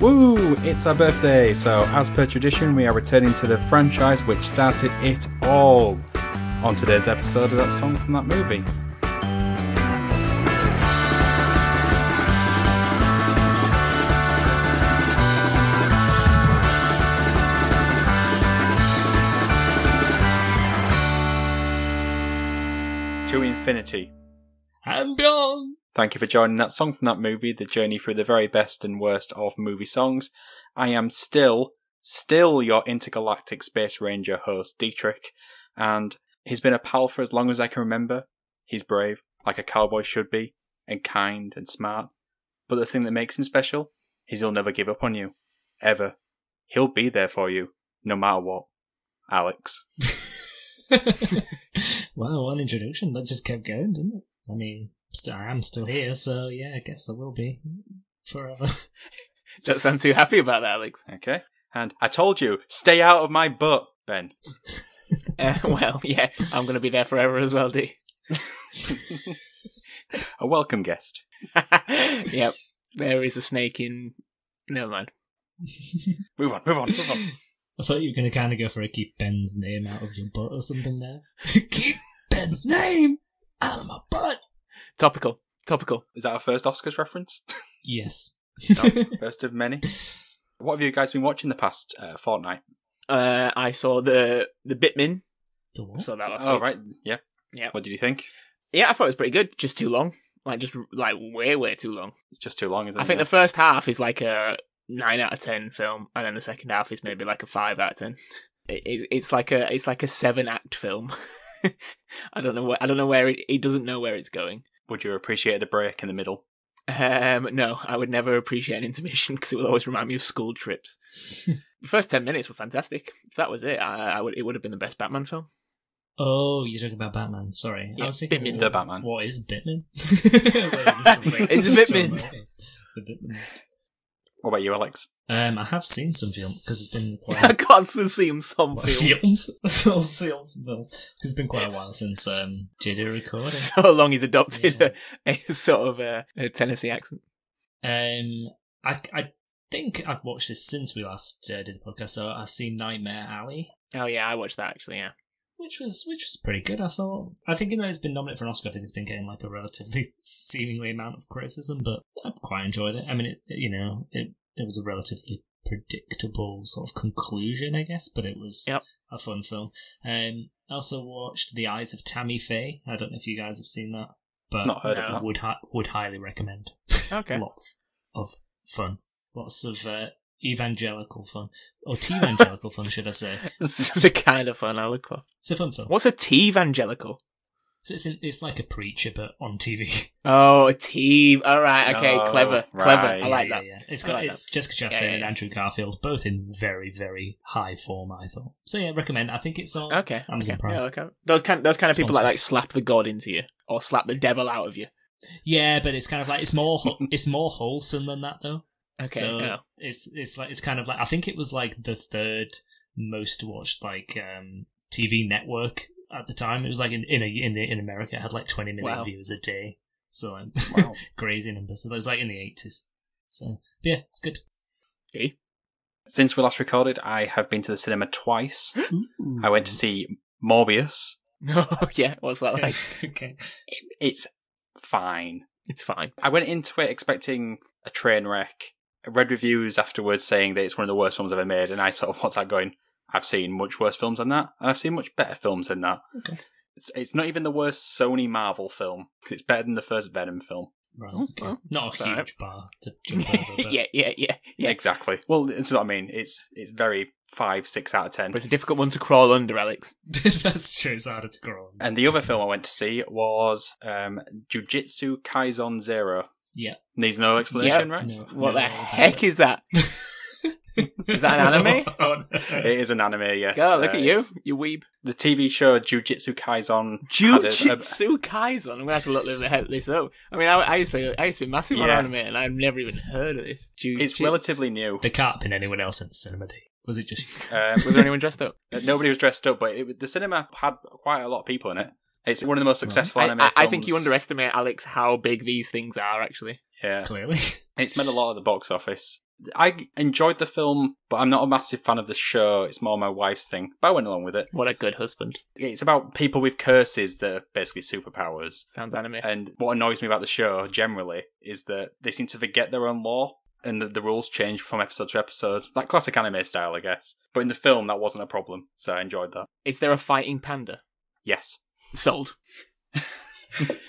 Woo! It's our birthday! So, as per tradition, we are returning to the franchise which started it all on today's episode of that song from that movie. To infinity. And beyond. Thank you for joining that song from that movie, the journey through the very best and worst of movie songs. I am still, still your intergalactic space ranger host, Dietrich, and he's been a pal for as long as I can remember. He's brave, like a cowboy should be, and kind and smart. But the thing that makes him special is he'll never give up on you. Ever. He'll be there for you, no matter what. Alex. wow, what an introduction. That just kept going, didn't it? I mean, st- I am still here, so yeah, I guess I will be forever. Don't sound too happy about that, Alex. Okay? And I told you, stay out of my butt, Ben. Uh, well, yeah, I'm going to be there forever as well, D. A welcome guest. yep, there is a snake in. Never mind. Move on, move on, move on. I thought you were going to kind of go for a keep Ben's name out of your butt or something there. keep Ben's name out of my butt! Topical, topical. Is that our first Oscars reference? Yes. first of many. What have you guys been watching the past uh, fortnight? Uh, I saw the the Bitmin. The I what? saw that last Oh, week. right. Yeah. Yeah. What did you think? Yeah, I thought it was pretty good. Just too long. Like just like way way too long. It's just too long, isn't I it? think the first half is like a nine out of ten film, and then the second half is maybe like a five out of ten. It, it, it's like a it's like a seven act film. I don't know. Where, I don't know where it. He doesn't know where it's going. Would you have appreciated a break in the middle? Um, no, I would never appreciate an intermission because it will always remind me of school trips. The first ten minutes were fantastic. If that was it, I, I would. It would have been the best Batman film. oh, you're talking about Batman. Sorry. Yeah, I was thinking, Bitman. what- The Batman. What is Bitman? I was like, is this something- It's the Bitman. Okay. The Bitman. What about you, Alex? Um, I have seen some film because it's been quite I constantly see him some What, films. films. That's all films and films. 'Cause It's been quite a while since um, JJ recorded. So long he's adopted Yeah. a, a sort of a, a Tennessee accent. Um, I, I think I've watched this since we last uh, did the podcast. So I've seen Nightmare Alley, Oh yeah, I watched that actually. Yeah, which was which was pretty good. I thought. I think even though it's been nominated for an Oscar, I think it's been getting like a relatively seemingly amount of criticism, but I quite enjoyed it. I mean, it you know it it was a relatively predictable sort of conclusion, I guess, but it was Yep. a fun film. Um, I also watched The Eyes of Tammy Faye. I don't know if you guys have seen that, but Not heard no. of that. would hi- would highly recommend. okay. Lots of fun. Lots of uh, evangelical fun. Or T-evangelical fun, should I say. That's the kind of fun I look for. It's a fun film. What's a T evangelical? So it's, in, it's like a preacher, but on TV. Oh, a T. All right, okay, Oh, clever, clever. right. I like Yeah, that. yeah, yeah. It's I got like it's Jessica Chastain Yeah, yeah, and yeah. Andrew Garfield, both in very, very high form, I thought. So yeah, recommend. I think it's on Okay, Amazon okay. Prime. Yeah, okay. Those kind, those kind of people like Sponsors. like slap the god into you or slap the devil out of you. Yeah, but it's kind of like it's more wh- it's more wholesome than that though. Okay, so yeah. it's it's like it's kind of like I think it was like the third most watched like um TV network at the time. It was like in in a, in, the, in America it had like twenty million Wow. viewers a day. So like crazy numbers. So that was like in the eighties. So but yeah, it's good. See? Since we last recorded, I have been to the cinema twice. I went to see Morbius. No, Oh, yeah. What's that like? okay. It's fine. it's fine. I went into it expecting a train wreck. I read reviews afterwards saying that it's one of the worst films ever made, and I sort of what's that going? I've seen much worse films than that, and I've seen much better films than that. Okay. It's, it's not even the worst Sony Marvel film because it's better than the first Venom film. Right. Oh, Okay. well, Not a all huge right. bar to jump over. But yeah, yeah, yeah, yeah. Exactly. Well, that's what I mean. It's it's very five, six out of ten. But it's a difficult one to crawl under, Alex. that's true. It's harder to grow. on. And the other film I went to see was um, Jujutsu Kaisen Zero. Yeah. Needs no explanation, Yeah. right? No, What no, no, the no. heck is that? Is that an anime? Oh, no. It is an anime, yes. Go look Uh, at you, it's- you weeb. The TV show Jujutsu Kaisen. had a- Jujutsu Kaisen. I'm gonna have to look this- this up. I mean, I, I used to, I used to be massive on Yeah. anime, and I've never even heard of this. Jujutsu. It's relatively new. There can't have been anyone else in the cinema. Dave. Was it just you? Um, Was there anyone dressed up? nobody was dressed up, but it, the cinema had quite a lot of people in it. It's one of the most successful I, anime I, films. I think you underestimate Alex how big these things are. Actually, Yeah, clearly? it's made a lot at the box office. I enjoyed the film, but I'm not a massive fan of the show. It's more my wife's thing. But I went along with it. What a good husband. It's about people with curses that are basically superpowers. Sounds anime. And what annoys me about the show generally is that they seem to forget their own law and that the rules change from episode to episode. That classic anime style, I guess. But in the film, that wasn't a problem, so I enjoyed that. Is there a fighting panda? Yes, Sold.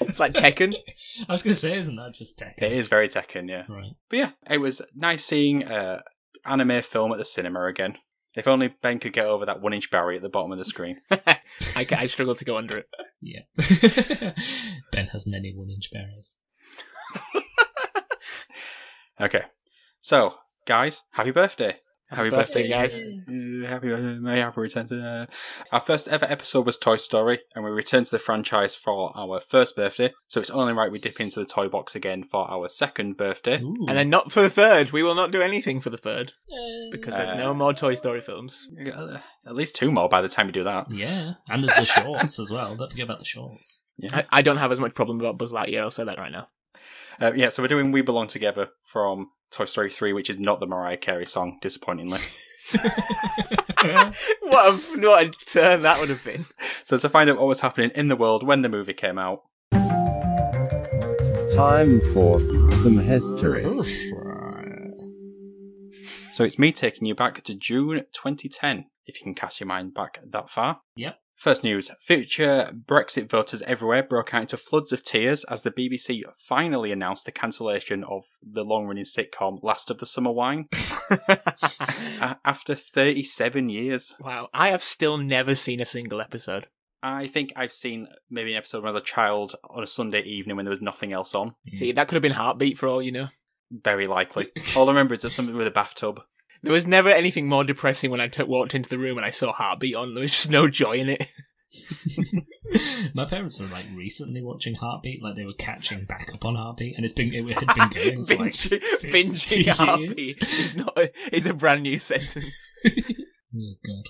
it's like Tekken. I was going to say, isn't that just tech? it is very Tekken, yeah. Right. But yeah, it was nice seeing uh, anime film at the cinema again. If only Ben could get over that one inch barrier at the bottom of the screen. I, I struggle to go under it. Yeah. ben has many one inch barriers. Okay. So, guys, happy birthday. Happy birthday, guys. Uh, happy birthday, May Apple return to. Uh, our first ever episode was Toy Story, and we returned to the franchise for our first birthday, so it's only right we dip into the toy box again for our second birthday. Ooh. And then not for the third. We will not do anything for the third Uh, because there's Uh, no more Toy Story films. Uh, At least two more by the time you do that. Yeah. And there's the shorts as well. Don't forget about the shorts. Yeah. I, I don't have as much problem about Buzz Lightyear. I'll say that right now. Uh, yeah, so we're doing We Belong Together from Toy Story 3, which is not the Mariah Carey song, disappointingly. what, a, what a turn that would have been. so, to find out what was happening in the world when the movie came out, Time for some history. Oof. So it's me taking you back to June 2010, if you can cast your mind back that far. Yep. First news future Brexit voters everywhere broke out into floods of tears as the BBC finally announced the cancellation of the long running sitcom Last of the Summer Wine a- after 37 years. wow. I have still never seen a single episode. I think I've seen maybe an episode when I was a child on a Sunday evening when there was nothing else on. See, that could have been Heartbeat for all you know. Very likely. All I remember is there's something with a bathtub. There was never anything more depressing when I t- walked into the room and I saw Heartbeat on. There was just no joy in it. My parents were like recently watching Heartbeat, like they were catching back up on Heartbeat, and it's been it had been going for like Binge- 50 binging years. Heartbeat is not a, is a brand new sentence. Oh god.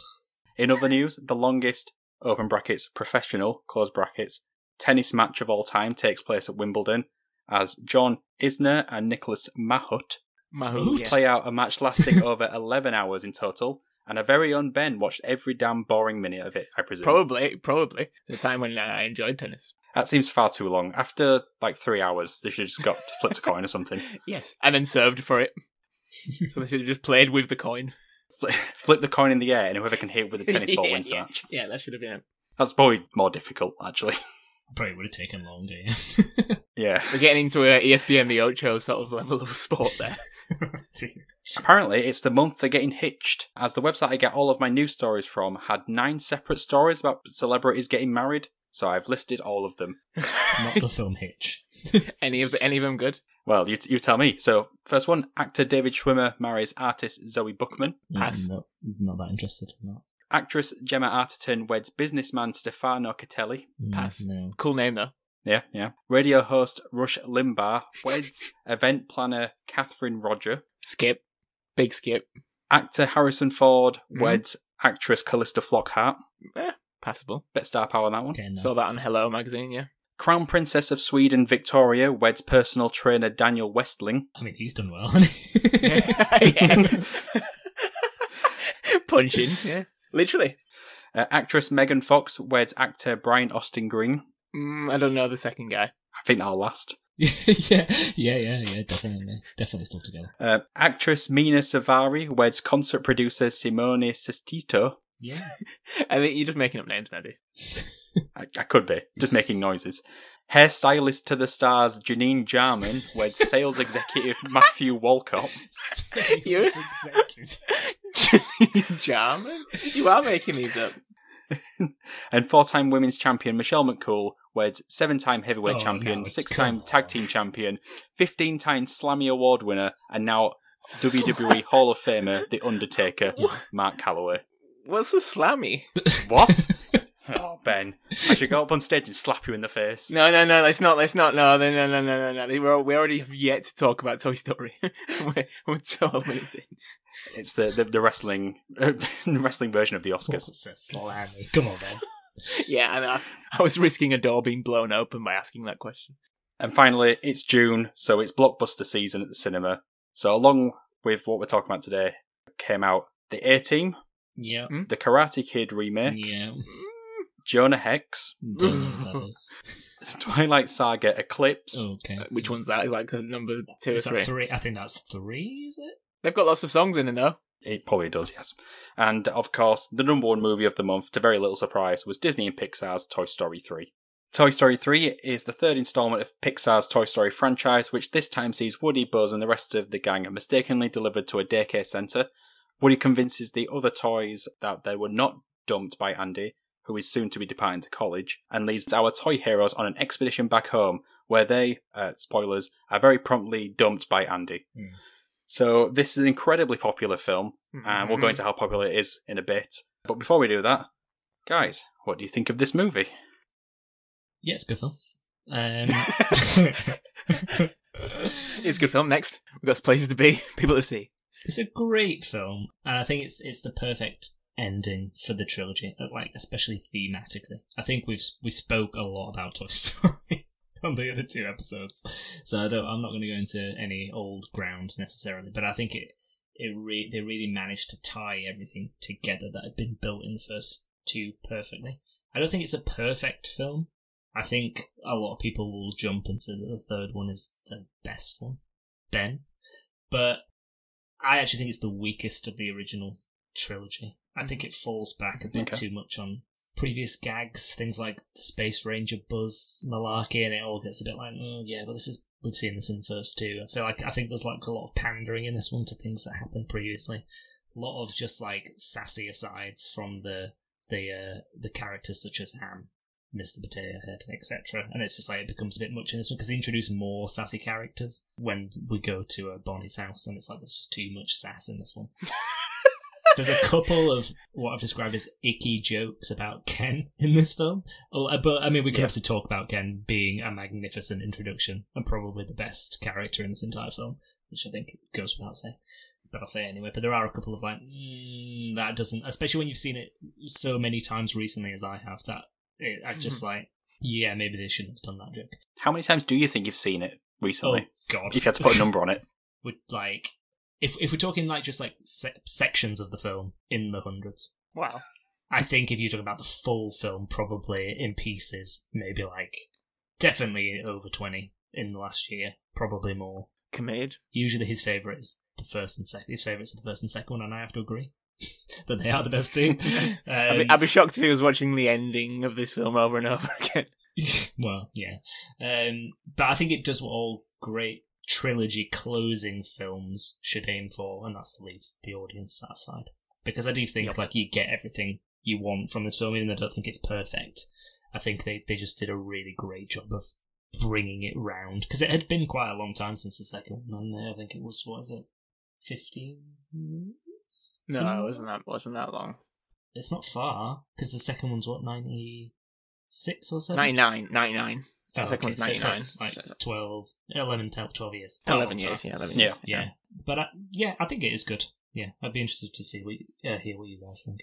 In other news, the longest open brackets professional close brackets tennis match of all time takes place at Wimbledon as John Isner and Nicholas Mahut My Hoot. yeah. play out a match lasting over 11 hours in total. And our very own Ben watched every damn boring minute of it, I presume. Probably, probably. The time when I enjoyed tennis. That seems far too long. After like three hours, they should have just got flipped a coin or something. Yes. And then served for it. so they should have just played with the coin. Flip, flip the coin in the air, and whoever can hit it with the tennis ball Yeah, wins the yeah. match. Yeah, that should have been it. That's probably more difficult, actually. Probably would have taken longer. yeah. yeah. We're getting into a E ESPN the Ocho sort of level of sport there. Apparently, it's the month they're getting hitched, as the website I get all of my news stories from had nine separate stories about celebrities getting married, so I've listed all of them. Not the film Hitch. any of the, any of them good? Well, you, you tell me. So, first one actor David Schwimmer marries artist Zoe Bookman. Pass. No, not that interested in that. Actress Gemma Arterton weds businessman Stefano Catelli. Mm, Pass. No. Cool name though. Yeah, yeah. Radio host Rush Limbaugh weds event planner Catherine Roger. Skip. Big skip. Actor Harrison Ford Mhm. weds actress Callista Flockhart. Passable. Bit of star power on that one. Okay, no. Saw that on Hello magazine, yeah. Crown Princess of Sweden Victoria weds personal trainer Daniel Westling. I mean, he's done well. hasn't he? yeah. Punching. Yeah. Literally. Uh, actress Megan Fox weds actor Brian Austin Green. Mm, I don't know the second guy. I think that'll last. yeah, yeah, yeah, yeah, definitely. Definitely still together. Uh, actress Mina Savari weds concert producer Simone Sestito. Yeah. I think you're just making up names now, dude. I, I could be, just making noises. Hairstylist to the stars Janine Jarman weds sales executive Matthew Walcott. You- It's exactly- Jarman? You are making these up. And four time women's champion Michelle McCool weds seven time heavyweight Oh, champion, no, it's six time come tag on. team champion, 15 time Slammy Award winner, and now WWE Hall of Famer, The Undertaker, Mark Calloway. What's a slammy? What? oh, Ben. I should go up on stage and slap you in the face. No, no, no. Let's not. Let's not. No, no, no, no, no, no. no. We're, al- we already have yet to talk about Toy Story. we're, we're twelve minutes in. It's the, the, the wrestling the wrestling version of the Oscars. It's a slammy. Come on, then. Yeah, and I, I was risking a door being blown open by asking that question. And finally, it's June, so it's blockbuster season at the cinema. So along with what we're talking about today came out The A Team, Yeah. The Karate Kid remake, Yeah. Jonah Hex, Don't know what that is. Twilight Saga Eclipse, Okay. Uh, Which one's that? Like the number two or Is that three? three? I think that's three, is it? They've got lots of songs in it though. It probably does, yes. And of course, the number one movie of the month, to very little surprise, was Disney and Pixar's Toy Story 3. Toy Story 3 is the third installment of Pixar's Toy Story franchise, which this time sees Woody, Buzz, and the rest of the gang mistakenly delivered to a daycare centre. Woody convinces the other toys that they were not dumped by Andy, who is soon to be departing to college, and leads our toy heroes on an expedition back home, where they, uh, spoilers, are very promptly dumped by Andy. Hmm. So this is an incredibly popular film, Mm, and Mm-hmm. we'll go into how popular it is in a bit. But before we do that, guys, what do you think of this movie? Yeah, it's a good film. Um, Mm. it's a good film. Next, we've got places to be, people to see. It's a great film, and I think it's it's the perfect ending for the trilogy, uh, like especially thematically. I think we've we spoke a lot about Toy Story on the other two episodes, so I don't. I'm not going to go into any old ground necessarily, but I think it it re- they really managed to tie everything together that had been built in the first two perfectly. I don't think it's a perfect film. I think a lot of people will jump and say that the third one is the best one, Ben. But I actually think it's the weakest of the original trilogy. I think it falls back a bit Okay. too much on previous gags, things like the Space Ranger Buzz malarkey, and it all gets a bit like, oh yeah, but this is we've seen this in the first two. I feel like I think there's like a lot of pandering in this one to things that happened previously. A lot of just like sassy asides from the the uh, the characters such as Ham, Mr. Potato Head, etc. And it's just like it becomes a bit much in this one because they introduce more sassy characters when we go to uh, Bonnie's house, and it's like there's just too much sass in this one. There's a couple of what I've described as icky jokes about Ken in this film, Oh, uh, but I mean we could Yeah. obviously talk about Ken being a magnificent introduction and probably the best character in this entire film, which I think goes without saying but I'll say it anyway. But there are a couple of like mm, that doesn't, especially when you've seen it so many times recently as I have. That it, I Mm-hmm. just like, yeah, maybe they shouldn't have done that joke. How many times do you think you've seen it recently? Oh God! If you had to put a number on it, would like if if we're talking like just like se- sections of the film in the hundreds. Wow. I think if you're talking about the full film, probably in pieces, maybe like definitely over twenty in the last year, probably more. Committed. usually his favorite is the first and second. His favorites are the first and second one, and I have to agree that they are the best two. I'd, be, Um, I'd be shocked if he was watching the ending of this film over and over again. well, yeah, um, but I think it does what all great trilogy closing films should aim for, and that's to leave the audience satisfied. Because I do think Yep. like you get everything you want from this film, even though I don't think it's perfect. I think they, they just did a really great job of bringing it round because it had been quite a long time since the second one. and I think it was what is it, fifteen years? No, Something it like wasn't that wasn't that long. it's not far because the second one's what ninety six or seven. 99, 99, Oh, second one's so it's 99, Like, so- like 12, 11, 12, 12 years. Quite a 11 long years. time. Oh, Yeah, 11 Yeah. years. Yeah. But I, yeah, I think it is good. Yeah. I'd be interested to see what you, uh, hear what you guys think.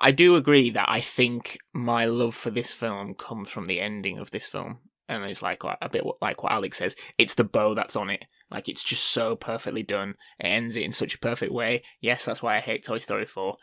I do agree that I think my love for this film comes from the ending of this film, and it's like what- a bit what- like what Alex says. It's the bow that's on it. Like it's just so perfectly done. It ends it in such a perfect way. Yes, that's why I hate Toy Story four.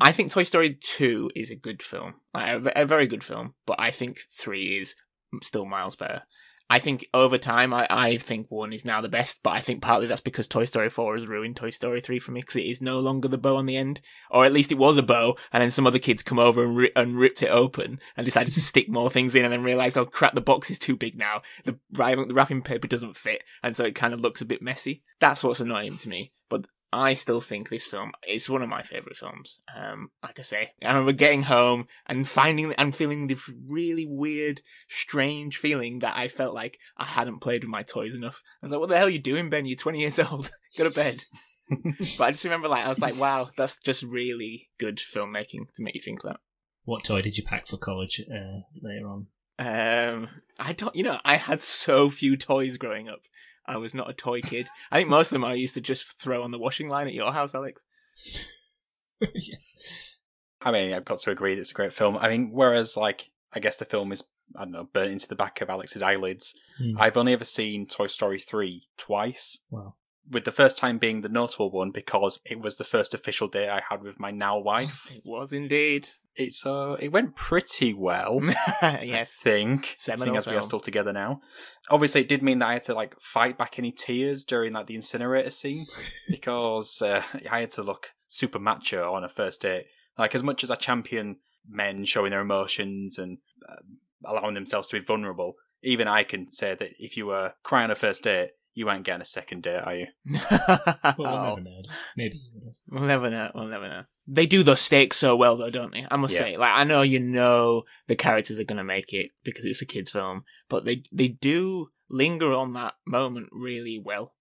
I think Toy Story two is a good film, like, a ve- a very good film, but I think three is still miles better. I think over time, I, I think one is now the best, but I think partly that's because Toy Story 4 has ruined Toy Story 3 for me because it is no longer the bow on the end or at least it was a bow. And then some other kids come over and, ri- and ripped it open and decided to stick more things in, and then realized, oh crap, the box is too big now. The, wri- the wrapping paper doesn't fit, and so it kind of looks a bit messy. That's what's annoying to me. But I still think this film is one of my favorite films. Um, like I say, I remember getting home and finding and feeling this really weird, strange feeling that I felt like I hadn't played with my toys enough. I was like, "What the hell are you doing, Ben? You're 20 years old. Go to bed." but I just remember like I was like, wow, that's just really good filmmaking to make you think that. What toy did you pack for college uh, later on? Um, I don't, you know, I had so few toys growing up. I was not a toy kid. I think most of them I used to just throw on the washing line at your house, Alex. yes. I mean, I've got to agree that it's a great film. I mean, whereas like I guess the film is I don't know burnt into the back of Alex's eyelids. Hmm. I've only ever seen Toy Story three twice. Wow. with the first time being the notable one because it was the first official day I had with my now wife. It was indeed. It's uh, it went pretty well. I yes. think. Seminal seeing as we are film. still together now. Obviously, it did mean that I had to like fight back any tears during like the incinerator scene because uh, I had to look super macho on a first date. Like as much as I champion men showing their emotions and uh, allowing themselves to be vulnerable, even I can say that if you were crying on a first date, you ain't getting a second date, are you? But we'll Oh. never know. Maybe you would have. We'll never know. We'll never know. They do those stakes so well, though, don't they? I must Yeah. say, like, I know you know the characters are going to make it because it's a kids' film, but they they do linger on that moment really well,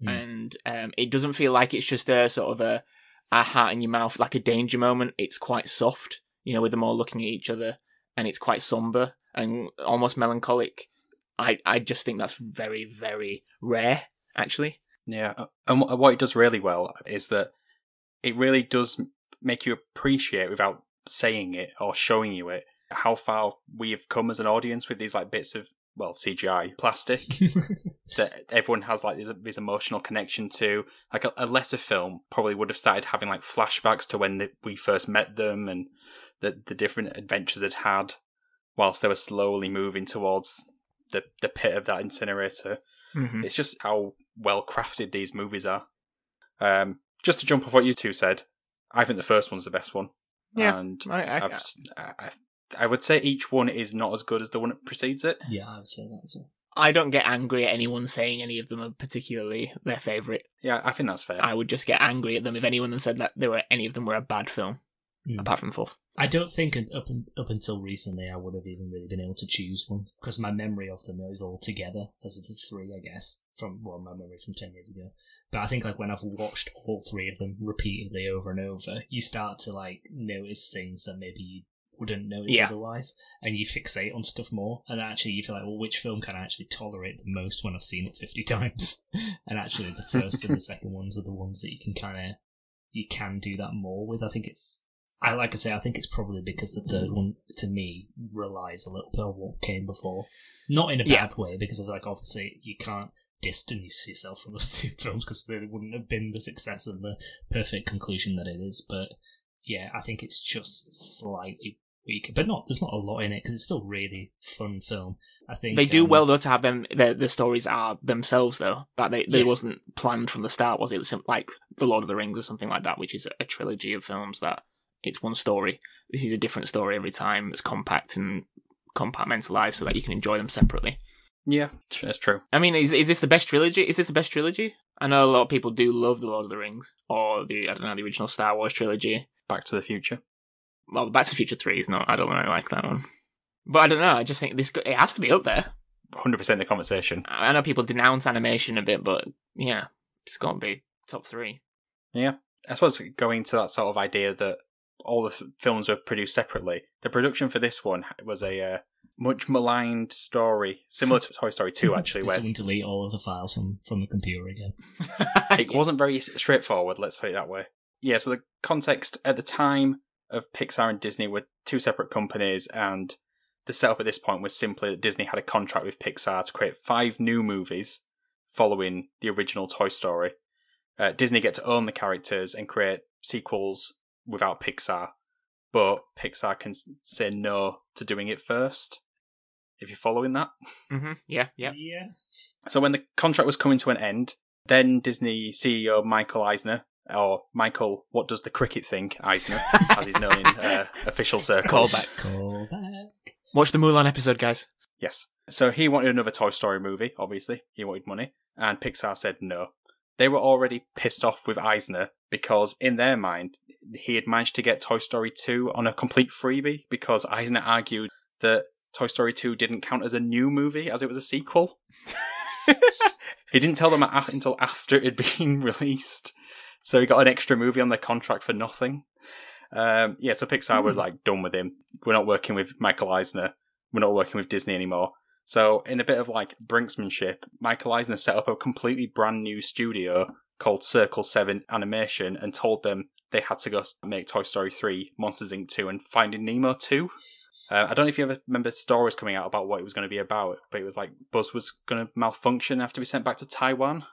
Mm. and um, it doesn't feel like it's just a sort of a a heart in your mouth, like a danger moment. It's quite soft, you know, with them all looking at each other, and it's quite somber and almost melancholic. I I just think that's very very rare, actually. Yeah, uh, and wh- what it does really well is that it really does m- make you appreciate without saying it or showing you it how far we have come as an audience with these like bits of well CGI plastic that everyone has like this, this emotional connection to. Like a, a lesser film probably would have started having like flashbacks to when th we first met them and the the different adventures they'd had whilst they were slowly moving towards the the pit of that incinerator. Mm-hmm. It's just how well crafted these movies are. Um, just to jump off what you two said, I think the first one's the best one. Yeah. And I, I, I've, s- I, I- I would say each one is not as good as the one that precedes it. yeah, I would say that as well. I don't get angry at anyone saying any of them are particularly their favourite. Yeah, I think that's fair. I would just get angry at them if anyone said that they were any of them were a bad film, Mm. apart from fourth. I don't think un- up un- up until recently I would have even really been able to choose one because my memory of them is all together as of the three, I guess, from well, my memory from ten years ago. But I think like when I've watched all three of them repeatedly over and over, you start to like notice things that maybe you wouldn't notice Yeah. otherwise, and you fixate on stuff more. And actually, you feel like, well, which film can I actually tolerate the most when I've seen it fifty times? and actually, the first and the second ones are the ones that you can kind of you can do that more with. I think it's I like I say, I think it's probably because the third one to me relies a little bit on what came before, not in a bad Yeah. way because I feel like obviously you can't distance yourself from those two films because they wouldn't have been the success and the perfect conclusion that it is. But yeah, I think it's just slightly weaker, but not there's not a lot in it because it's still really fun film. I think They do um, well though to have them. The, the stories are themselves though, but they, they Yeah. wasn't planned from the start, was it? It's sim- Like the Lord of the Rings or something like that, which is a trilogy of films that it's one story. This is a different story every time. It's compact and compartmentalized so that you can enjoy them separately. yeah, tr- that's true. I mean, is is this the best trilogy? Is this the best trilogy? I know a lot of people do love the Lord of the Rings or the I don't know the original Star Wars trilogy. Back to the Future. Well, Back to the Future Three is not. I don't really like that one, but I don't know. I just think this it has to be up there. 100% the conversation. I I know people denounce animation a bit, but yeah, it's got to be top three. I suppose going to that sort of idea that all the f- films were produced separately, the production for this one was a uh, much maligned story, similar to Toy Story 2, actually, Did where someone delete all of the files from from the computer again. it wasn't very s- straightforward, let's put it that way. Yeah, so the context at the time of Pixar and Disney were two separate companies, and the setup at this point was simply that Disney had a contract with Pixar to create five new movies following the original Toy Story. Uh, Disney get to own the characters and create sequels without Pixar, but Pixar can s- say no to doing it first. If you're following that. hmm Yeah, yeah. Yeah. So when the contract was coming to an end, then Disney CEO Michael Eisner, or Michael, what does the cricket think, Eisner, as he's known in uh, official circles. Callback. Call back. Watch the Mulan episode, guys. Yes. So he wanted another Toy Story movie, obviously. He wanted money. And Pixar said no. They were already pissed off with Eisner because, in their mind, he had managed to get Toy Story 2 on a complete freebie because Eisner argued that Toy Story 2 didn't count as a new movie as it was a sequel. he didn't tell them a- until after it had been released. So he got an extra movie on their contract for nothing. Um, yeah, so Pixar were like done with him. We're not working with Michael Eisner. We're not working with Disney anymore. So in a bit of like brinksmanship, Michael Eisner set up a completely brand new studio called Circle 7 Animation and told them they had to go s- make Toy Story 3, Monsters Inc. 2, and Finding Nemo 2. Uh, I don't know if you ever remember stories coming out about what it was going to be about, but it was like Buzz was going to malfunction and have to be sent back to Taiwan.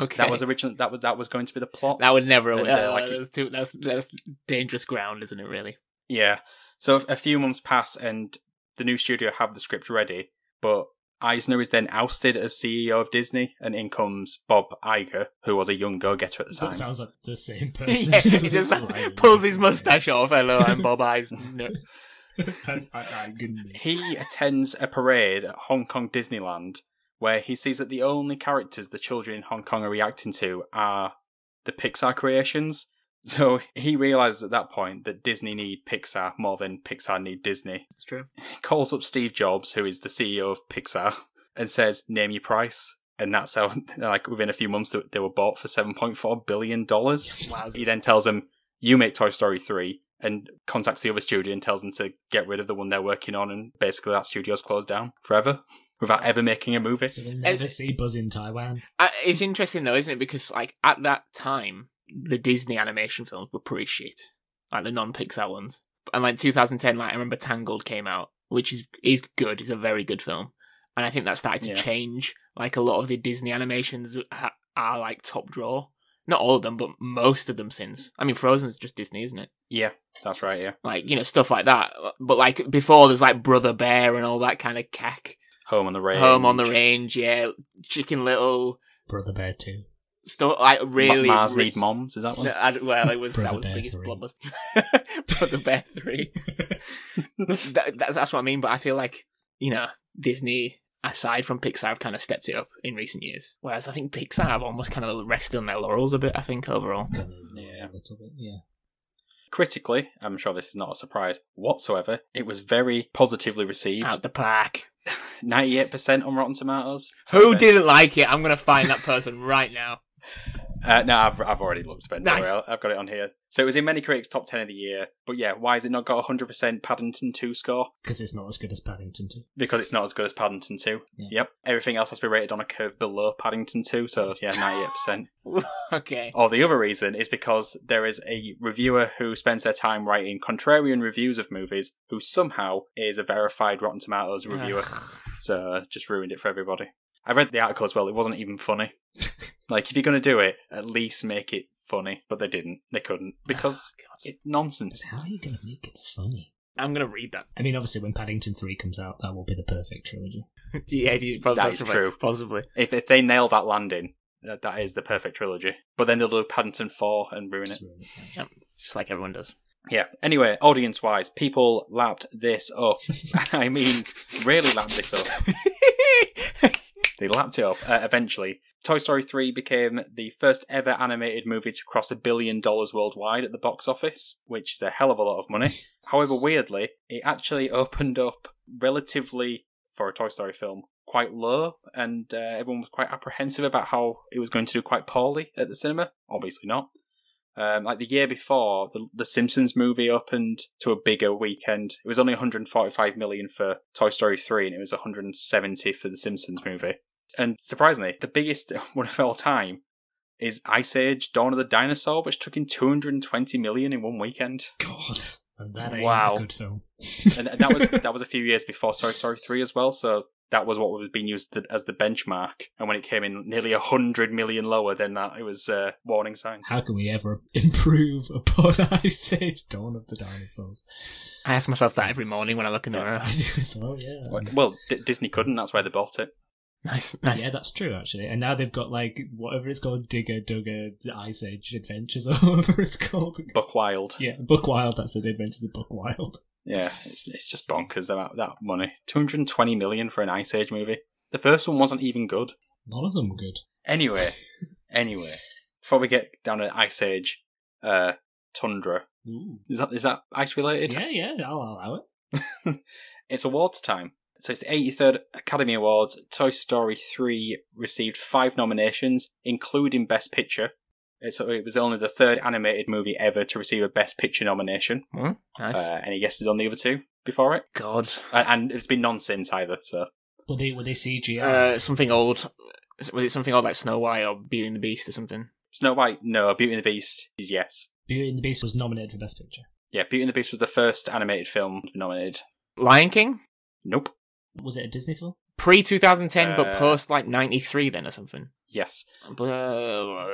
okay. That was originally that was that was going to be the plot. That would never. And, uh, uh, like- that's, too, that's that's dangerous ground, isn't it? Really. Yeah. So a- a few months pass and the new studio have the script ready, but Eisner is then ousted as CEO of Disney, and in comes Bob Iger, who was a young go-getter at the time. That sounds like the same person. yeah, he just Mm. Slightly. pulls his mustache off. Hello, I'm Bob Eisner. I, I, I didn't mean- He attends a parade at Hong Kong Disneyland, where he sees that the only characters the children in Hong Kong are reacting to are the Pixar creations. So he realizes at that point that Disney need Pixar more than Pixar need Disney. It's true. calls up Steve Jobs, who is the CEO of Pixar, and says, "Name your price." And that's how, like, within a few months, they- they were bought for seven point four billion dollars. He then tells them, "You make Toy Story three, and contacts the other studio and tells them to get rid of the one they're working on, and basically that studio's closed down forever without ever making a movie. So we'll never see Buzz in Taiwan. Uh, it's interesting though, isn't it? Because like at that time, the Disney animation films were pretty shit, like the non-Pixar ones. And like 2010, like I remember Tangled came out, which is is good. It's a very good film, and I think that started to Yeah. change. Like a lot of the Disney animations ha- are like top draw. Not all of them, but most of them since. I mean, Frozen's just Disney, isn't it? Yeah, that's right. Yeah, Like you know stuff like that. But like before, there's like Brother Bear and all that kind of cack. Home on the Range. Home on the Range, yeah. Chicken Little Brother Bear 2. stuff like Ma- really. Mars rich- need moms. Is that one? No, I, well, it was that Brother was the Bear biggest three. blockbuster. Brother Bear three. that, that, that's what I mean. But I feel like you know Disney, aside from Pixar, have kind of stepped it up in recent years. Whereas I think Pixar have almost kind of rested on their laurels a bit. I think overall. Kind of Yeah. A little bit, yeah. Critically, I'm sure this is not a surprise whatsoever. It was very positively received. Out the park. Ninety-eight percent on Rotten Tomatoes. Who Okay. didn't like it? I'm gonna find that person right now. Uh, no, I've, I've already looked, but don't Nice. worry, I've got it on here. So it was in many critics' top 10 of the year. But yeah, why has it not got 100% Paddington 2 score? Because it's not as good as Paddington 2. Because it's not as good as Paddington 2. Yeah. Yep. Everything else has to be rated on a curve below Paddington 2, so yeah, 98%. Okay. or the other reason is because there is a reviewer who spends their time writing contrarian reviews of movies who somehow is a verified Rotten Tomatoes reviewer. so uh, just ruined it for everybody. I read the article as well. It wasn't even funny. like if you're going to do it, at least make it funny. But they didn't. They couldn't Ah. because Oh, God. it's nonsense. How are you going to make it funny? I'm gonna read that. I mean, obviously, when Paddington 3 comes out, that will be the perfect trilogy. yeah, you probably, That is true. Possibly. If if they nail that landing, that, that is the perfect trilogy. But then they'll do Paddington Four and ruin it. Just ruin this thing. Just like everyone does. Yeah. Anyway, audience wise, people lapped this up. I mean, really lapped this up. They lapped it up uh, eventually. Toy Story 3 became the first ever animated movie to cross a billion dollars worldwide at the box office, which is a hell of a lot of money. However, weirdly, it actually opened up relatively, for a Toy Story film, quite low, and uh, everyone was quite apprehensive about how it was going to do quite poorly at the cinema. Obviously not. Um, like the year before, the, the Simpsons movie opened to a bigger weekend. It was only 145 million for Toy Story 3, and it was 170 for the Simpsons movie. And surprisingly, the biggest one of all time is Ice Age: Dawn of the Dinosaur, which took in 220 million in one weekend. God. And that ain't Wow. a good film. And and that was that was a few years before Toy Story 3 as well. So that was what was being used th- as the benchmark. And when it came in nearly 100 million lower than that, it was uh, warning signs. How can we ever improve upon Ice Age Dawn of the Dinosaurs? I ask myself that every morning when I look in the mirror. so, yeah. Well, D- Disney couldn't. That's why they bought it. Nice, nice. Yeah, that's true actually. And now they've got like whatever it's called, Digger Dugger Ice Age Adventures or whatever it's called. Buck Wild. Yeah, Book Wild. That's it. The Adventures of Book Wild. Yeah, it's, it's just bonkers that that money. 220 million for an Ice Age movie. The first one wasn't even good. None of them were good. Anyway, anyway, before we get down to Ice Age, uh, Tundra Ooh. is that is that ice related? Yeah, yeah, I'll allow it. It's awards time. So it's the 83rd Academy Awards. Toy Story 3 received five nominations, including Best Picture. It's, it was only the third animated movie ever to receive a Best Picture nomination. Nice. Uh, any guesses on the other two before it? God. And, and it's been none since either. So Were they were they CGI? Uh, something old. Was it something odd like Snow White or Beauty and the Beast or something? Snow White, no. Beauty and the Beast is yes. Beauty and the Beast was nominated for Best Picture. Yeah, Beauty and the Beast was the first animated film nominated. Lion King? Nope. Was it a Disney film? Pre 2010, Uh, but post like 93 then or something. Yes. Blah-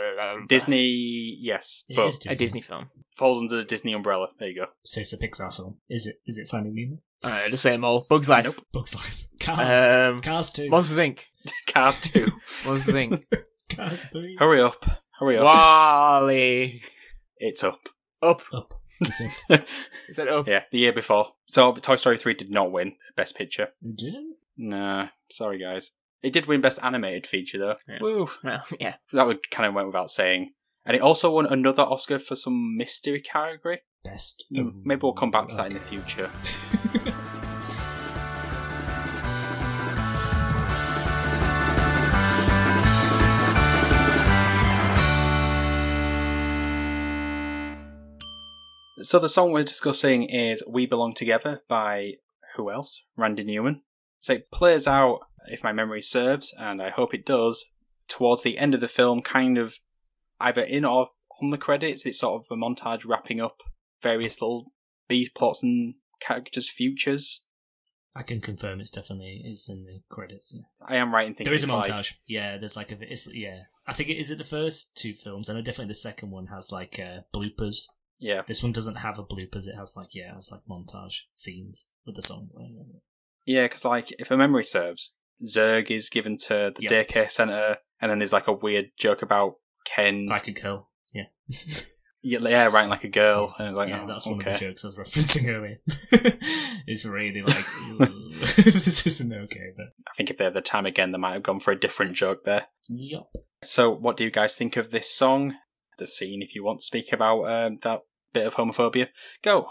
Disney, yes. It But is A Disney film. falls under the Disney umbrella. There you go. So it's a Pixar film. Is it? Is it Finding Nemo? Uh, the same old. Bugs Life. Nope. Bugs Life. Cars. Um, Cars two. Monsters Inc. Uh, Cars 2. Monsters Inc. Cars three. Hurry up. Hurry up. Wally. It's up. Up. Up. It's up. Is that up? Yeah, the year before. So Toy Story 3 did not win Best Picture. It didn't. Nah, sorry guys. It did win Best Animated Feature though. Yeah. Woo. Well, yeah. That would kind of went without saying. And it also won another Oscar for some mystery category. Best. M- Maybe we'll come back to that in the future. So the song we're discussing is "We Belong Together" by who else? Randy Newman. So it plays out, if my memory serves, and I hope it does, towards the end of the film, kind of either in or on the credits. It's sort of a montage wrapping up various little B plots and characters' futures. I can confirm it's definitely is in the credits. yeah. I am right in thinking There is a it's like- montage. Yeah, there's like a. It's yeah. I think it is it the first two films, and definitely the second one has like uh, bloopers. yeah, This one doesn't have a bloopers. It has like yeah, it has like montage scenes with the song. playing. Mm. yeah, because like if a memory serves, Zerg is given to the Yeah. daycare center, and then there's like a weird joke about Ken, Like a girl. Yeah. yeah, yeah, writing like a girl, and it's like, yeah, oh, that's one okay. of the jokes I was referencing earlier. it's really like "Ooh, this isn't okay, but I think if they had the time again, they might have gone for a different joke there. yup. So, what do you guys think of this song? The scene, if you want to speak about um, that bit of homophobia, go.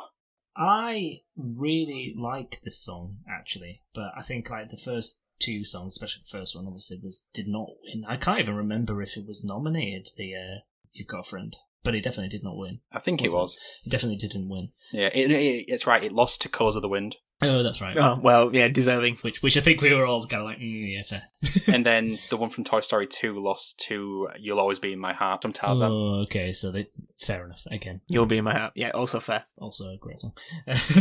I really like this song actually, but I think like the first two songs, especially the first one, obviously was did not win. I can't even remember if it was nominated. The uh, You've Got a Friend, but it definitely did not win. I think it Wasn't- was. It definitely didn't win. Yeah, it, it- it's right. It lost to Colours of the Wind, Oh, that's right. Oh, well, yeah, deserving. Which, which I think we were all kind of like, mm, yeah, fair. and then the one from Toy Story Two lost to "You'll Always Be in My Heart" from Tarzan. Oh, okay, so they fair enough. Again, You'll be in my heart. Yeah, also fair. also a great song.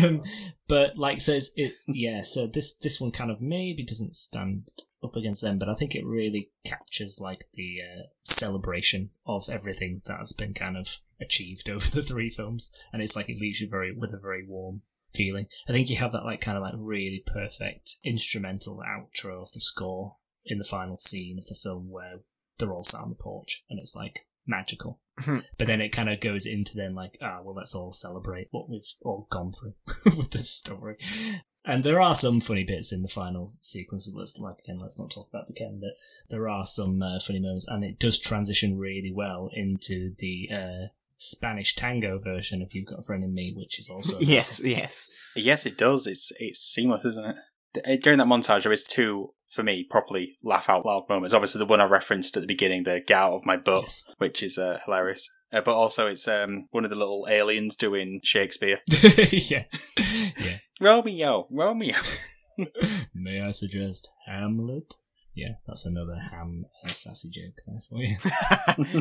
Um, but like says it, yeah. So this this one kind of maybe doesn't stand up against them, but I think it really captures like the uh, celebration of everything that has been kind of achieved over the three films, and it's like it leaves you very with a very warm feeling. I think you have that like kind of like really perfect instrumental outro of the score in the final scene of the film where they're all sat on the porch, and it's like magical. Mhm. But then it kind of goes into then like, ah, well, let's all celebrate what we've all gone through with this story. And there are some funny bits in the final sequence. Let's like again, let's not talk about the Ken, but there are some uh, funny moments, and it does transition really well into the uh, Spanish tango version of "You've Got a Friend in Me," which is also Yes, yes. Yes, it does. It's it's seamless, isn't it? Th- During that montage, there is two for me properly laugh out loud moments. Obviously, the one I referenced at the beginning, the "get out of my butt," Yes. which is uh, hilarious. Uh, but also, it's um, one of the little aliens doing Shakespeare. yeah, yeah. Romeo, Romeo. May I suggest Hamlet? Yeah, that's another ham uh, sassy joke there for you.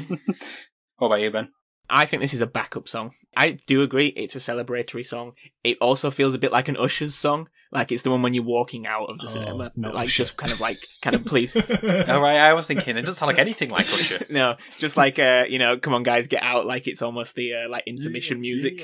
what about you, Ben? I think this is a backup song. I do agree, it's a celebratory song. It also feels a bit like an Usher's song. Like it's the one when you're walking out of the Oh, cinema. not like Usher. just kind of like kind of please All right, I was thinking it doesn't sound like anything like Usher. No. It's just like uh, you know, come on guys, get out, like it's almost the uh, like intermission music.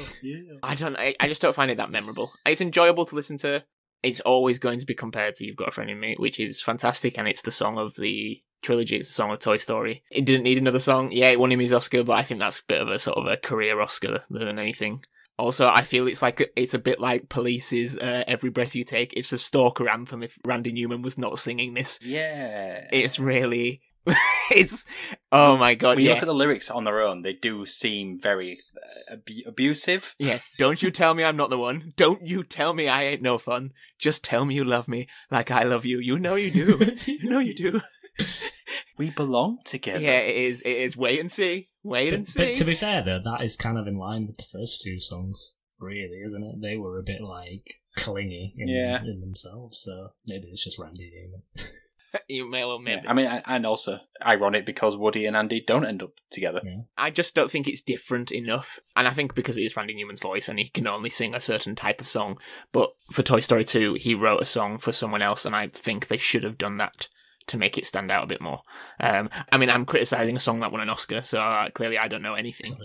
I don't I, I just don't find it that memorable. It's enjoyable to listen to. It's always going to be compared to You've Got a Friend in Me, which is fantastic and it's the song of the trilogy, it's the song of Toy Story. It didn't need another song. Yeah, it won him his Oscar, but I think that's a bit of a sort of a career Oscar than anything. Also, I feel it's like it's a bit like Police's uh, "Every Breath You Take." It's a stalker anthem. If Randy Newman was not singing this, Yeah. it's really, it's oh my god, when you yeah, look at the lyrics on their own, they do seem very uh, abu- abusive. Yeah, don't you tell me I'm not the one. Don't you tell me I ain't no fun. Just tell me you love me like I love you. You know you do. You know you do. We belong together. Yeah, it is. It is. Wait and see. Wait and but, but see. to be fair, though, that is kind of in line with the first two songs, really, isn't it? They were a bit like clingy in, Yeah. in themselves, so maybe it's just Randy Newman. you may well maybe. I mean, a- and also ironic because Woody and Andy don't end up together. I just don't think it's different enough. And I think because it is Randy Newman's voice and he can only sing a certain type of song. But for Toy Story 2, he wrote a song for someone else, and I think they should have done that to make it stand out a bit more. Um, I mean, I'm criticizing a song that won an Oscar, so uh, clearly I don't know anything.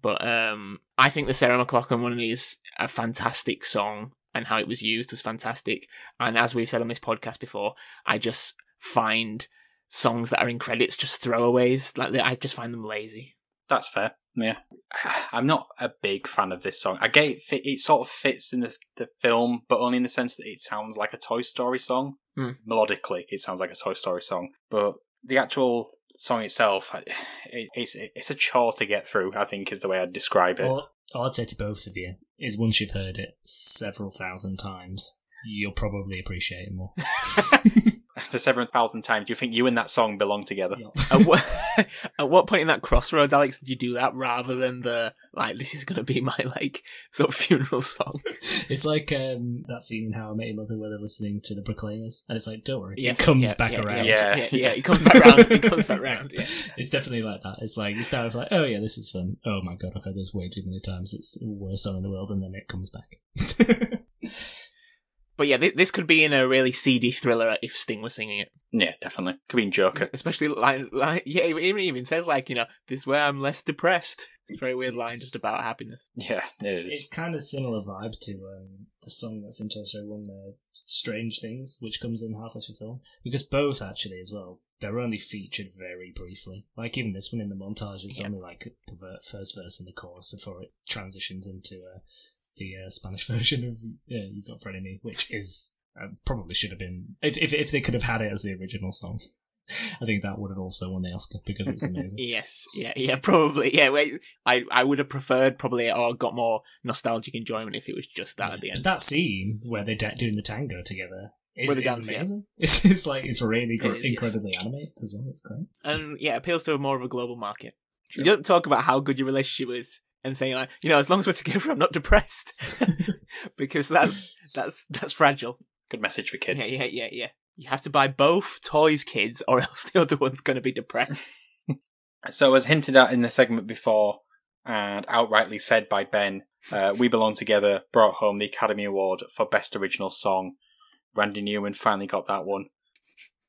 But um, I think the Sarah McLaughlin one is a fantastic song, and how it was used was fantastic. And as we've said on this podcast before, I just find songs that are in credits just throwaways. Like I just find them lazy. That's fair. Yeah, I'm not a big fan of this song. I get it, fit, it sort of fits in the, the film, but only in the sense that it sounds like a Toy Story song. Hmm. Melodically, it sounds like a Toy Story song, but the actual song itself, I- it, it's it's a chore to get through. I think is the way I'd describe it. All, all I'd say to both of you is once you've heard it several thousand times, you'll probably appreciate it more. After seven thousand times, do you think you and that song belong together? at, what, at what point in that crossroads, Alex, did you do that rather than the like this is gonna be my like sort of funeral song? It's like um, that scene in How I Met Your Mother where they're listening to the Proclaimers, and it's like, don't worry, Yes, it comes yeah, back yeah, around. Yeah. Yeah, yeah, it comes back round. It comes back round. Yeah. It's definitely like that. It's like you start with like, oh yeah, this is fun. Oh my god, I've heard this way too many times. It's the worst song in the world, and then it comes back. But yeah, this, this could be in a really seedy thriller if Sting was singing it. Yeah, definitely. Could be in Joker. Especially like, like yeah, it even- even says like you know this is where I'm less depressed. It's a very weird line just about happiness. Yeah, it it's is. kind of similar vibe to um, the song that's in Toy Story One, uh, "Strange Things," which comes in halfway through the film. Because both actually, as well, they're only featured very briefly. Like even this one in the montage, it's Yeah. only like the ver- first verse and the chorus before it transitions into uh, the uh, Spanish version of uh, "You Got Fred and Me," which is uh, probably should have been if, if if they could have had it as the original song. I think that would have also won the Oscar because it's amazing. Yes, yeah, yeah, probably, yeah. Wait, I I would have preferred probably or got more nostalgic enjoyment if it was just that at the Yeah. end. That scene where they're da- doing the tango together is, Where they is dance, yeah. amazing. It's, it's like it's really gr- It is, yes. incredibly animated as well. It's great. and yeah, appeals to more of a global market. You don't talk about how good your relationship is and saying like, you know, as long as we're together, I'm not depressed, because that's that's that's fragile. Good message for kids. Yeah, yeah, yeah, yeah. You have to buy both toys, kids, or else the other one's going to be depressed. So, as hinted at in the segment before, and outrightly said by Ben, uh, We Belong Together brought home the Academy Award for Best Original Song. Randy Newman finally got that one.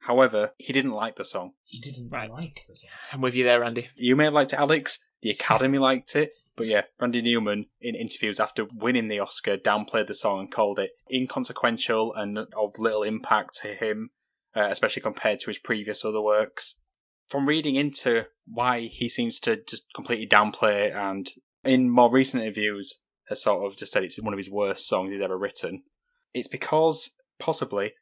However, he didn't like the song. He didn't Right. like the song. I'm with you there, Randy. You may have liked it, Alex. The Academy liked it. But yeah, Randy Newman, in interviews after winning the Oscar, downplayed the song and called it inconsequential and of little impact to him, uh, especially compared to his previous other works. From reading into why he seems to just completely downplay it, and in more recent interviews, has sort of just said it's one of his worst songs he's ever written. It's because, possibly,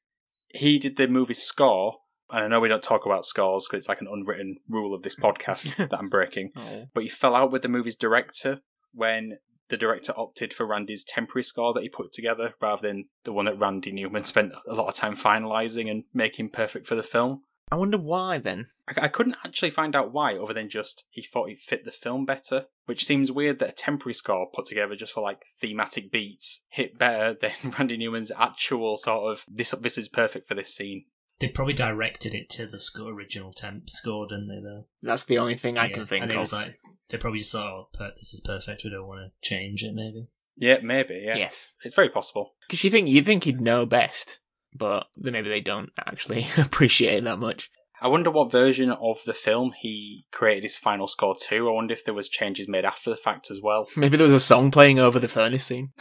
he did the movie's score, and I know we don't talk about scores because it's like an unwritten rule of this podcast that I'm breaking Oh. but he fell out with the movie's director when the director opted for Randy's temporary score that he put together rather than the one that Randy Newman spent a lot of time finalizing and making perfect for the film. I wonder why then. I, I couldn't actually find out why, other than just he thought it fit the film better, which seems weird that a temporary score put together just for like thematic beats hit better than Randy Newman's actual sort of this this is perfect for this scene. They probably directed it to the sco- original temp score, didn't they? Though That's the only thing I can think And it of. was like they probably just thought, oh, per- this is perfect. We don't want to change it. Maybe Yeah, maybe. Yeah, Yes, it's very possible. because you think you think he'd know best, but then maybe they don't actually appreciate it that much. I wonder what version of the film he created his final score to. I wonder if there was changes made after the fact as well. Maybe there was a song playing over the furnace scene.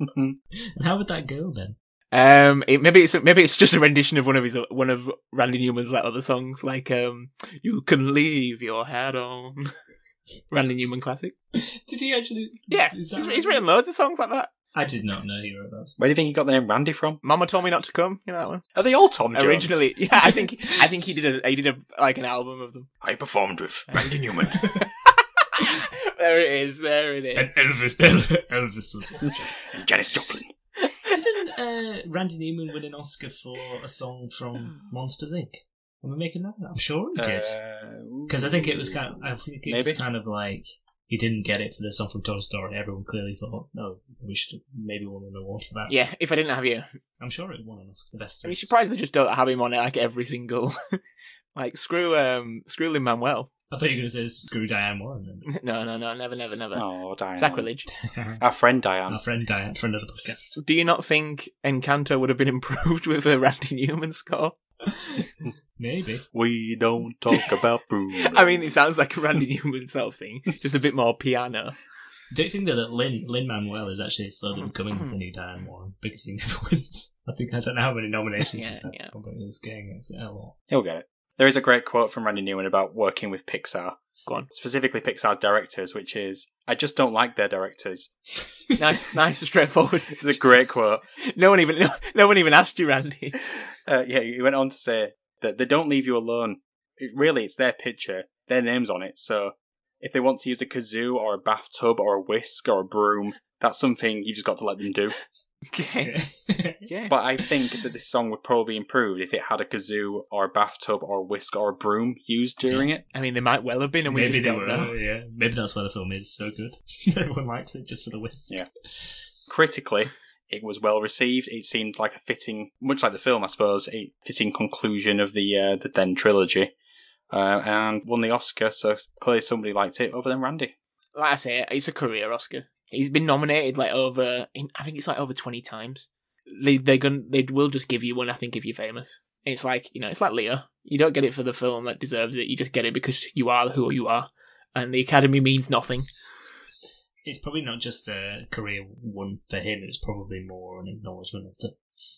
Mm-hmm. And how would that go then? Um, it, maybe it's maybe it's just a rendition of one of his one of Randy Newman's like other songs, like um, "You Can Leave Your Hat On," Randy Newman classic. Did he actually? Yeah, Is he's, that he's right? written loads of songs like that. I did not know he wrote that. Song. Where do you think he got the name Randy from? Mama told me not to come. You know that one. Are they all Tom Jones? Originally, yeah, I think I think he did a he did a like an album of them. I performed with Randy Newman. there it is. There it is. And Elvis, Elvis was watching. and Janis Joplin. Didn't uh, Randy Newman win an Oscar for a song from Monsters Inc? Uh, Uh, Am I making that? up? I'm sure he did. Because I think it was kind. Of, I think it was Maybe. kind of like he didn't get it for the song from Toy Story. Everyone clearly thought, no, we should have maybe won an award for that. Yeah, if I didn't have you, I'm sure it won an Oscar. The best. I mean, Actress. surprised they just don't have him on it like every single. like screw, um, screw Lin Manuel. I thought you were going to say screw Diane Warren then. No, no, no, never, never, never. Oh, Diane. Sacrilege. Our friend Diane. Our Oh. friend Diane, friend of the podcast. Do you not think Encanto would have been improved with a Randy Newman score? Maybe. We don't talk about Bruno. I mean, it sounds like a Randy Newman sort of thing, just a bit more piano. Do you think though that Lin Lin Manuel is actually slowly Mm-hmm. becoming the new Diane Warren because he never wins? I think I don't know how many nominations he's Yeah, had, yeah. but he's getting it's a lot. He'll get it. There is a great quote from Randy Newman about working with Pixar, Go on. specifically Pixar's directors, which is, I just don't like their directors. Nice, nice, and straightforward. This is a great quote. No one even, no, no one even asked you, Randy. Uh, yeah, he went on to say that they don't leave you alone. It, really, it's their picture, their name's on it. So if they want to use a kazoo or a bathtub or a whisk or a broom, that's something you've just got to let them do. Okay. Yeah. But I think that this song would probably be improved if it had a kazoo or a bathtub or a whisk or a broom used during it. I mean, they might well have been, and we Maybe just they don't were. know. Yeah. Maybe that's why the film is so good. Everyone likes it just for the whisk. Yeah. critically it was well received it seemed like a fitting much like the film i suppose a fitting conclusion of the uh, the then trilogy uh, and won the oscar so clearly somebody liked it other than randy Like I say, it's a career Oscar. He's been nominated like over, I think it's like over twenty times. They they're gonna they will just give you one. I think if you're famous, it's like you know, it's like Leo. You don't get it for the film that deserves it. You just get it because you are who you are, and the Academy means nothing. It's probably not just a career one for him. It's probably more an acknowledgement of the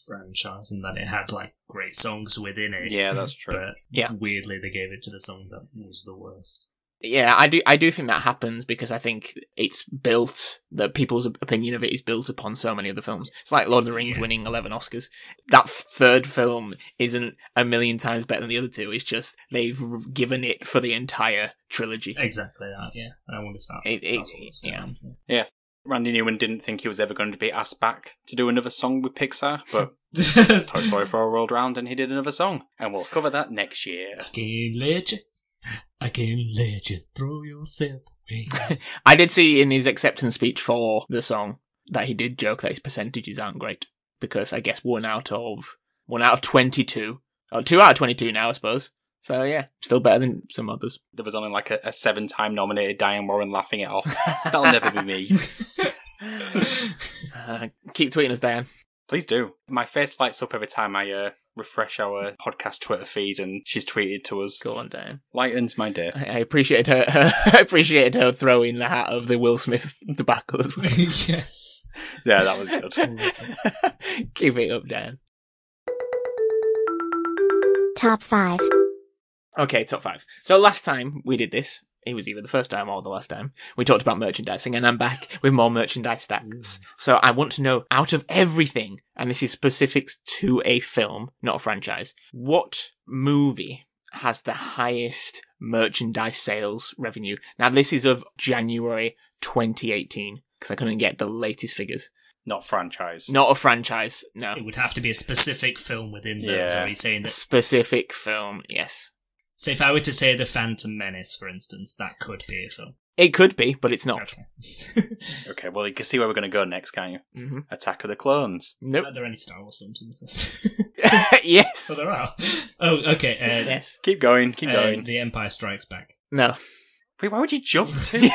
franchise and that it had like great songs within it. yeah that's But Yeah. weirdly, they gave it to the song that was the worst. yeah, I do. I do think that happens because I think it's built that people's opinion of it is built upon so many other films. It's like Lord of the Rings Yeah. winning eleven Oscars. That f- third film isn't a million times better than the other two. It's just they've r- given it for the entire trilogy. Exactly that. Yeah. I wonder if that. It- it- that's what was going yeah. on. randy newman didn't think he was ever going to be asked back to do another song with pixar but toy story 4 rolled round and he did another song and we'll cover that next year I can't let you. I can't let you throw yourself away. I did see in his acceptance speech for the song that he did joke that his percentages aren't great because I guess one out of one out of twenty two, or two out of twenty two now, I suppose. So yeah, still better than some others. there was only like a, a seven time nominated diane warren laughing it off that'll never be me Uh, keep tweeting us, Dan. Please do. My face lights up every time I uh, refresh our podcast Twitter feed, and she's tweeted to us. Go on, Dan. Lightens my day. I, I appreciated her, her. I appreciated her throwing the hat of the Will Smith debacle as well. yes. Yeah, that was good. Keep it up, Dan. Top 5. Okay, top five. So last time we did this, it was either the first time or the last time, we talked about merchandising, and I'm back with more merchandise stacks. So I want to know out of everything, and this is specifics to a film, not a franchise, what movie has the highest merchandise sales revenue? Now, this is of January 2018, because I couldn't get the latest figures. Not franchise. Not a franchise, no. It would have to be a specific film within those. Yeah. Are you saying that? Specific film, yes. So if I were to say The Phantom Menace, for instance, that could be a film. It could be, but it's not. Okay. Okay, well, you can see where we're going to go next, can't you? hmm Attack of the Clones. Nope. Are there any Star Wars films in this list? yes. oh, there are. Oh, okay. Uh, Yes. Keep going, keep uh, going. the Empire Strikes Back. No. Wait, why would you jump to? Re-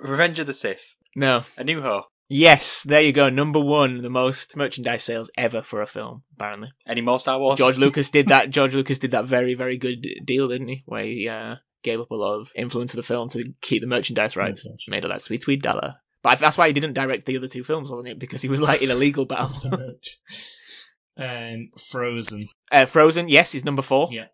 Revenge of the Sith. No. A New Hope. Yes. There you go. Number one, the most merchandise sales ever for a film. Apparently, Any more Star Wars? George Lucas did that. George Lucas did that very, very good deal, didn't he? Where he uh, gave up a lot of influence of the film to keep the merchandise rights. Merchandise. Made all that sweet, sweet dollar. But that's why he didn't direct the other two films, wasn't it? Because he was like in a legal battle. um, Frozen. uh, Frozen, yes, is number four. Yeah.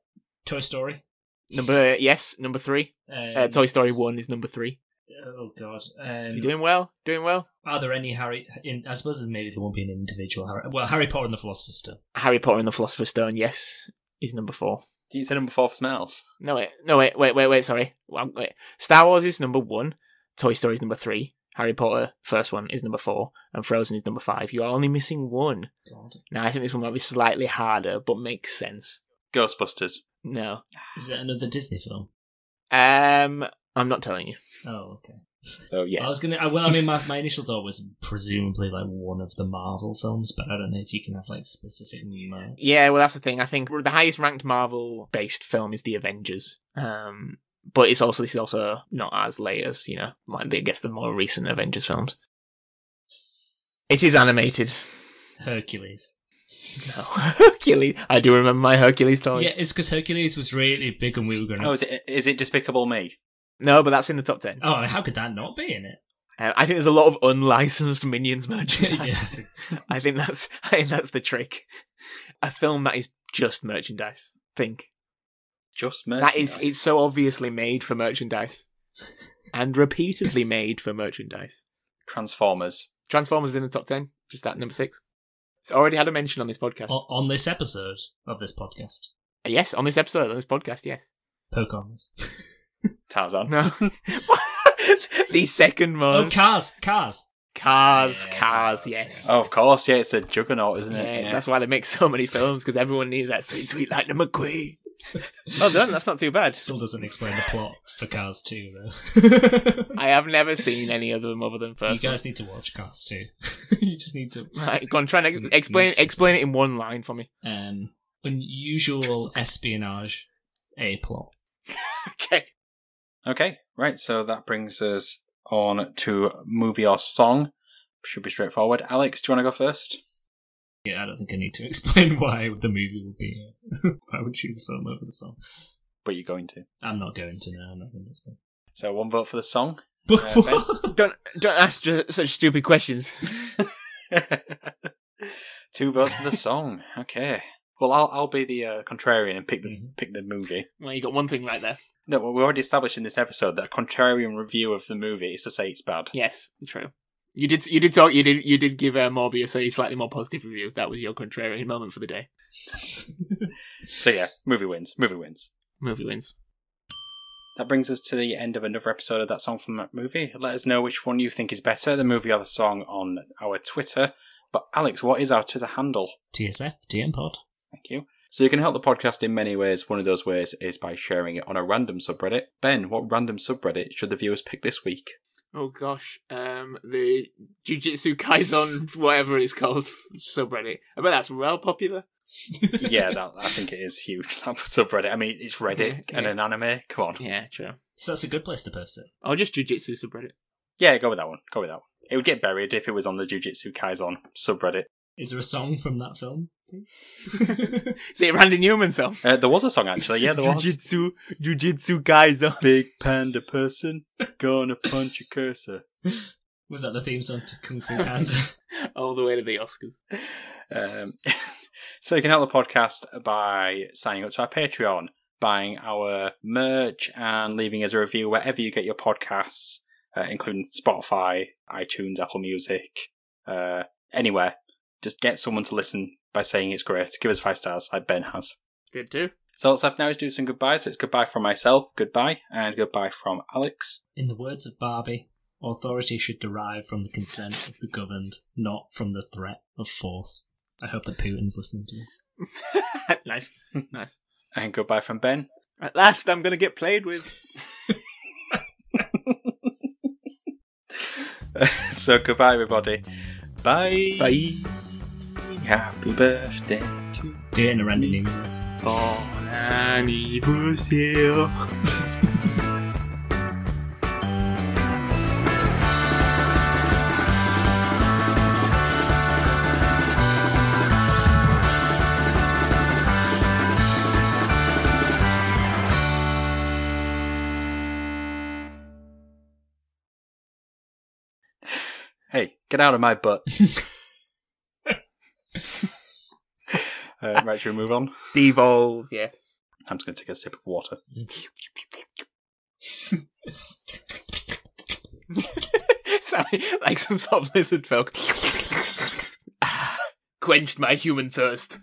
Toy Story. Number uh, yes, number three. Um, Uh, Toy Story one is number three. Oh God. Um, You doing well? Doing well. Are there any Harry? In, I suppose maybe there won't be an individual Harry. Well, Harry Potter and the Philosopher's Stone. Harry Potter and the Philosopher's Stone, yes, is number four. Did you say number four for something else? No, wait, no, wait, wait, wait, wait, sorry. Well, wait. Star Wars is number one, Toy Story is number three, Harry Potter, first one, is number four, and Frozen is number five. You are only missing one. God, Now, I think this one might be slightly harder, but makes sense. Ghostbusters. No. is it another Disney film? Um, I'm not telling you. Oh, okay. So yes, I was gonna. I, well, I mean, my, my initial thought was presumably like one of the Marvel films, but I don't know if you can have like specific numerics. Yeah, well, that's the thing. I think the highest ranked Marvel based film is The Avengers. Um, but it's also this is also not as late as you know, like I guess the more recent Avengers films. It is animated. Hercules. No, Hercules. I do remember my Hercules toys. Yeah, it's because Hercules was really big when we were growing oh, up. is it is it Despicable Me? No, but that's in the top ten. Oh, how could that not be in it? Um, I think there's a lot of unlicensed Minions merchandise. yeah. I think that's I think that's the trick. A film that is just merchandise. Think Just that is merchandise. it's so obviously made for merchandise, and repeatedly made for merchandise. Transformers. Transformers in the top ten, just at number six. It's already had a mention on this podcast. O- on this episode of this podcast, Yes, on this episode, on this podcast. Yes. Pokemons. Tarzan. No. the second most. Oh, cars, cars. cars, Yeah, cars. cars, Yes. yeah. Oh, of course, yeah, it's a juggernaut, isn't Yeah, it? that's why they make so many films because everyone needs that sweet, sweet Lightning McQueen. Well done. Oh, That's not too bad. Still doesn't explain the plot for Cars 2, though. I have never seen any of them other than you first. guys need to watch Cars 2. you just need to. one. Right, go on, try and Some- ex- explain some- explain it in one line for me. Um, unusual espionage A plot. Okay. Okay, right, so that brings us on to movie or song. Should be straightforward. Alex, do you want to go first? Yeah, I don't think I need to explain why the movie would be. I would choose a film over the song. But you're going to. I'm not going to now. I'm not going to explain. So one vote for the song. But Uh, what? Don't don't ask ju- such stupid questions. Two votes for the song. Okay. Well, I'll I'll be the uh, contrarian and pick the Mhm. pick the movie. Well, you got one thing right there. No, well, we already established in this episode that a contrarian review of the movie is to say it's bad. Yes, true. You did you did talk you did you did give uh, Morbius a slightly more positive review. That was your contrarian moment for the day. So yeah, movie wins. Movie wins. Movie wins. That brings us to the end of another episode of that song from that movie. Let us know which one you think is better, the movie or the song, on our Twitter. But Alex, what is our Twitter handle? TSF, DM Pod. Thank you. So you can help the podcast in many ways. One of those ways is by sharing it on a random subreddit. Ben, what random subreddit should the viewers pick this week? Oh gosh, um, the Jujutsu Kaisen, whatever it's called, subreddit. I bet that's well popular. yeah, that, I think it is huge. That subreddit. I mean, it's Reddit Yeah, and yeah. an anime. Come on. Yeah, true. So that's a good place to post it. Or Oh, just Jujutsu subreddit. Yeah, go with that one. Go with that one. It would get buried if it was on the Jujutsu Kaisen subreddit. Is there a song from that film? Steve? Is it a Randy Newman song? Uh, there was a song actually. Yeah, there was. Jujutsu, Jujutsu Kaisen. Big panda person gonna punch a cursor. Was that the theme song to Kung Fu Panda? All the way to the Oscars. Um, so you can help the podcast by signing up to our Patreon, buying our merch, and leaving us a review wherever you get your podcasts, uh, including Spotify, iTunes, Apple Music, uh, anywhere. Just get someone to listen by saying it's great. Give us five stars, like Ben has. Good too. So what's left now is do some goodbyes. So it's goodbye from myself, goodbye, and goodbye from Alex. In the words of Barbie, authority should derive from the consent of the governed, not from the threat of force. I hope that Putin's listening to this. nice, nice. And goodbye from Ben. At last, I'm gonna get played with. so goodbye everybody. Bye. Bye. Happy birthday. Do it in a Randy Newman voice. Bon anniversaire. Hey, get out of my butt. uh, right, should we move on? Devolve, yes. I'm just going to take a sip of water. Sorry, like some sort of lizard folk. Ah, Quenched my human thirst.